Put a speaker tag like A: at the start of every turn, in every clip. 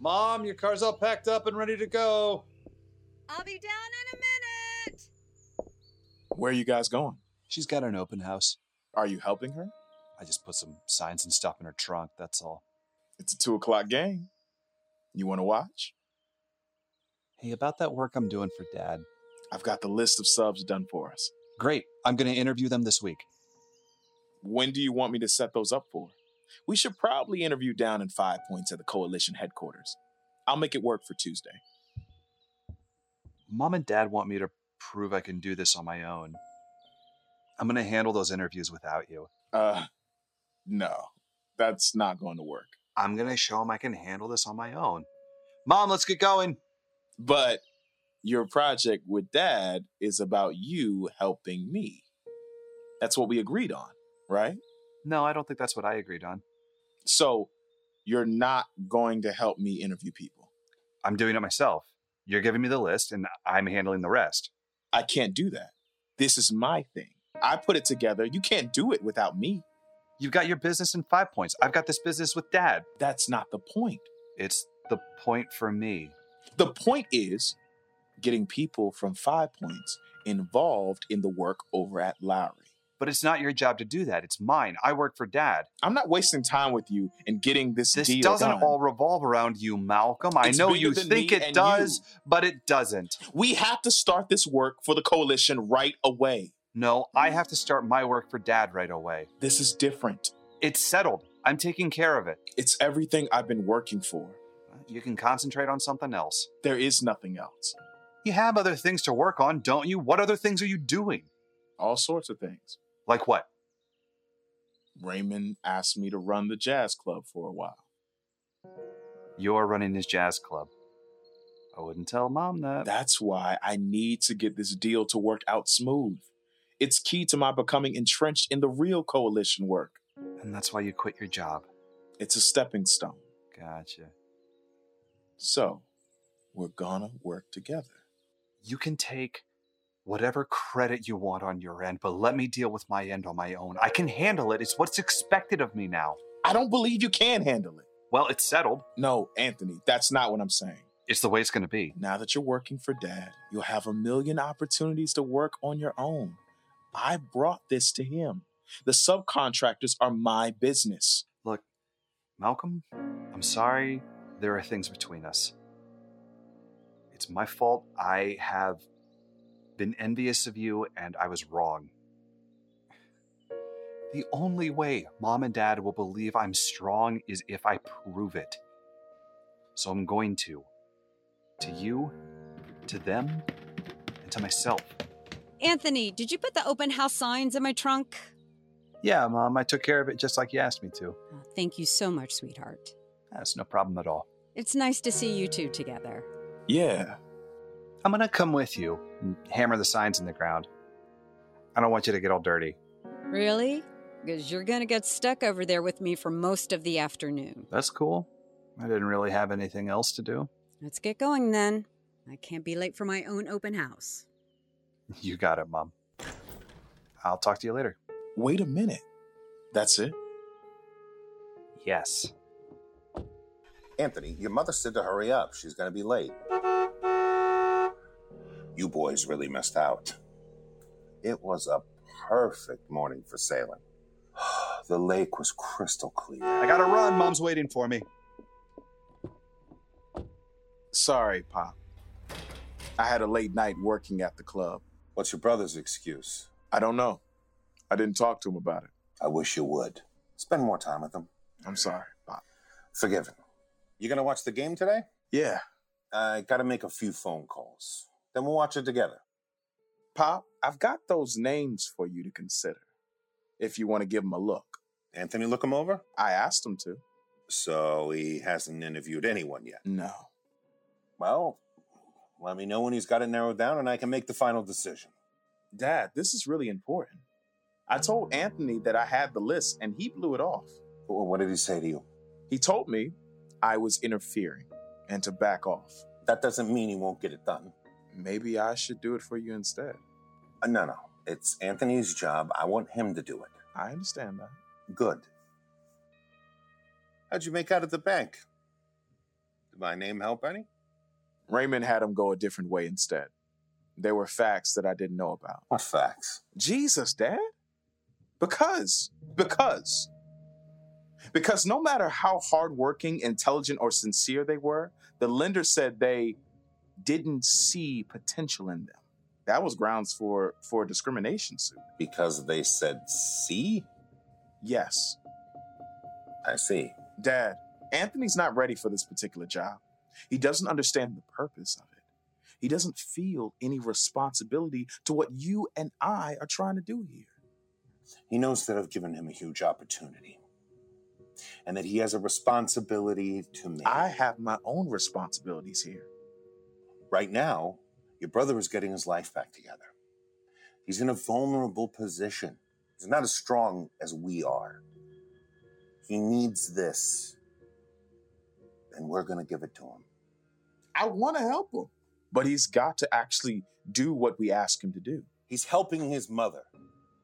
A: Mom, your car's all packed up and ready to go.
B: I'll be down in a minute.
C: Where are you guys going?
A: She's got an open house.
C: Are you helping her?
A: I just put some signs and stuff in her trunk, that's all.
C: It's a two o'clock game. You want to watch?
A: Hey, about that work I'm doing for Dad.
C: I've got the list of subs done for us.
A: Great, I'm going to interview them this week.
C: When do you want me to set those up for? We should probably interview down in five points at the coalition headquarters. I'll make it work for Tuesday.
A: Mom and Dad want me to prove I can do this on my own. I'm going to handle those interviews without you.
C: Uh, no, that's not going to work.
A: I'm going to show them I can handle this on my own. Mom, let's get going.
C: But your project with dad is about you helping me. That's what we agreed on, right?
A: No, I don't think that's what I agreed on.
C: So you're not going to help me interview people.
A: I'm doing it myself. You're giving me the list and I'm handling the rest.
C: I can't do that. This is my thing. I put it together. You can't do it without me.
A: You've got your business in five points. I've got this business with dad.
C: That's not the point.
A: It's the point for me.
C: The point is getting people from Five Points involved in the work over at Lowry.
A: But it's not your job to do that. It's mine. I work for dad.
C: I'm not wasting time with you in getting this,
A: This
C: deal
A: doesn't
C: done.
A: all revolve around you, Malcolm. I
C: It's
A: know
C: bigger
A: you
C: than
A: think
C: me
A: it
C: and
A: does, but it doesn't.
C: you. We have to start this work for the coalition right away.
A: No, I
C: Mm.
A: have to start my work for dad right away.
C: This is different.
A: It's settled. I'm taking care of it.
C: It's everything I've been working for.
A: You can concentrate on something else.
C: There is nothing else.
A: You have other things to work on, don't you? What other things are you doing?
C: All sorts of things.
A: Like what?
C: Raymond asked me to run the jazz club for a while.
A: You're running his jazz club. I wouldn't tell mom that.
C: That's why I need to get this deal to work out smooth. It's key to my becoming entrenched in the real coalition work.
A: And that's why you quit your job.
C: It's a stepping stone.
A: Gotcha.
C: So, we're gonna work together.
A: You can take whatever credit you want on your end, but let me deal with my end on my own. I can handle it. It's what's expected of me now.
C: I don't believe you can handle it.
A: Well, it's settled.
C: No, Anthony, that's not what I'm saying.
A: It's the way it's going to be.
C: Now that you're working for dad, you'll have a million opportunities to work on your own. I brought this to him. The subcontractors are my business.
A: Look, Malcolm, I'm sorry there are things between us. It's my fault. I have been envious of you and I was wrong. The only way mom and dad will believe I'm strong is if I prove it. So I'm going to. To you, to them, and to myself.
B: Anthony, did you put the open house signs in my trunk?
A: Yeah, mom, I took care of it just like you asked me to.
B: Oh, thank you so much, sweetheart.
A: That's no problem at all.
B: It's nice to see you two together.
C: Yeah,
A: I'm gonna come with you and hammer the signs in the ground. I don't want you to get all dirty.
B: Really? Because you're going to get stuck over there with me for most of the afternoon.
A: That's cool. I didn't really have anything else to do.
B: Let's get going then. I can't be late for my own open house.
A: You got it, Mom. I'll talk to you later.
C: wait a minute. That's it?
A: Yes.
D: Anthony, your mother said to hurry up. She's going to be late. You boys really missed out. It was a perfect morning for sailing. The lake was crystal clear.
A: I gotta run. Mom's waiting for me.
C: Sorry, Pop. I had a late night working at the club.
D: What's your brother's excuse?
C: I don't know. I didn't talk to him about it.
D: I wish you would. Spend more time with him.
C: I'm sorry, Pop.
D: Forgiven. You going to watch the game today?
C: Yeah,
D: I got to make a few phone calls. Then we'll watch it together.
C: Pop, I've got those names for you to consider if you want to give them a look.
D: Anthony, look him over?
C: I asked him to.
D: So he hasn't interviewed anyone yet.
C: No.
D: Well, let me know when he's got it narrowed down and I can make the final decision.
C: Dad, this is really important. I told Anthony that I had the list and he blew it off.
D: Wh- What did he say to you?
C: He told me I was interfering and to back off.
D: That doesn't mean he won't get it done.
C: Maybe I should do it for you instead.
D: Uh, no, no. It's Anthony's job. I want him to do it.
C: I understand that.
D: Good. How'd you make out at the bank? Did my name help any?
C: Raymond had him go a different way instead. There were facts that I didn't know about.
D: What facts?
C: Jesus, Dad? Because, because, because no matter how hardworking, intelligent, or sincere they were, the lender said they didn't see potential in them. That was grounds for for a discrimination suit.
D: Because they said see?
C: Yes,
D: I see.
C: Dad, Anthony's not ready for this particular job. He doesn't understand the purpose of it. He doesn't feel any responsibility to what you and I are trying to do here.
D: He knows that I've given him a huge opportunity and that he has a responsibility to me.
C: I have my own responsibilities here.
D: Right now, your brother is getting his life back together. He's in a vulnerable position. He's not as strong as we are. He needs this. And we're going to give it to him.
C: I want to help him, but he's got to actually do what we ask him to do.
D: He's helping his mother.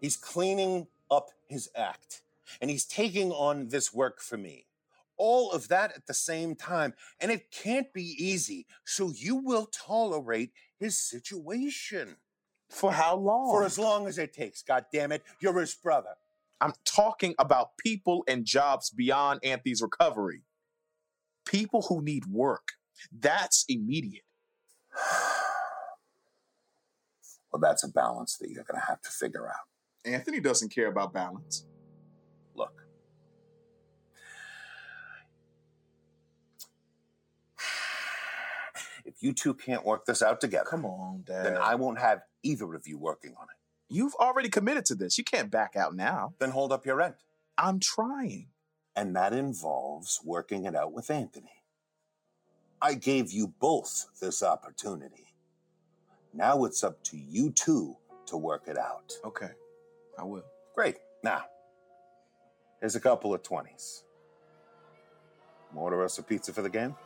D: He's cleaning up his act. And he's taking on this work for me. All of that at the same time. And it can't be easy. So you will tolerate his situation
C: For how long?
D: for as long as it takes. God damn it. You're his brother.
C: I'm talking about people and jobs beyond Anthony's recovery. People who need work. That's immediate.
D: Well, that's a balance that you're going to have to figure out.
C: Anthony doesn't care about balance.
D: Look, if you two can't work this out together,
C: Come on, Dad.
D: then I won't have either of you working on it.
C: You've already committed to this. You can't back out now.
D: Then hold up your end.
C: I'm trying.
D: And that involves working it out with Anthony. I gave you both this opportunity. Now it's up to you two to work it out.
C: Okay, I will.
D: Great. Now, here's a couple of 20s. Order us a pizza for the game?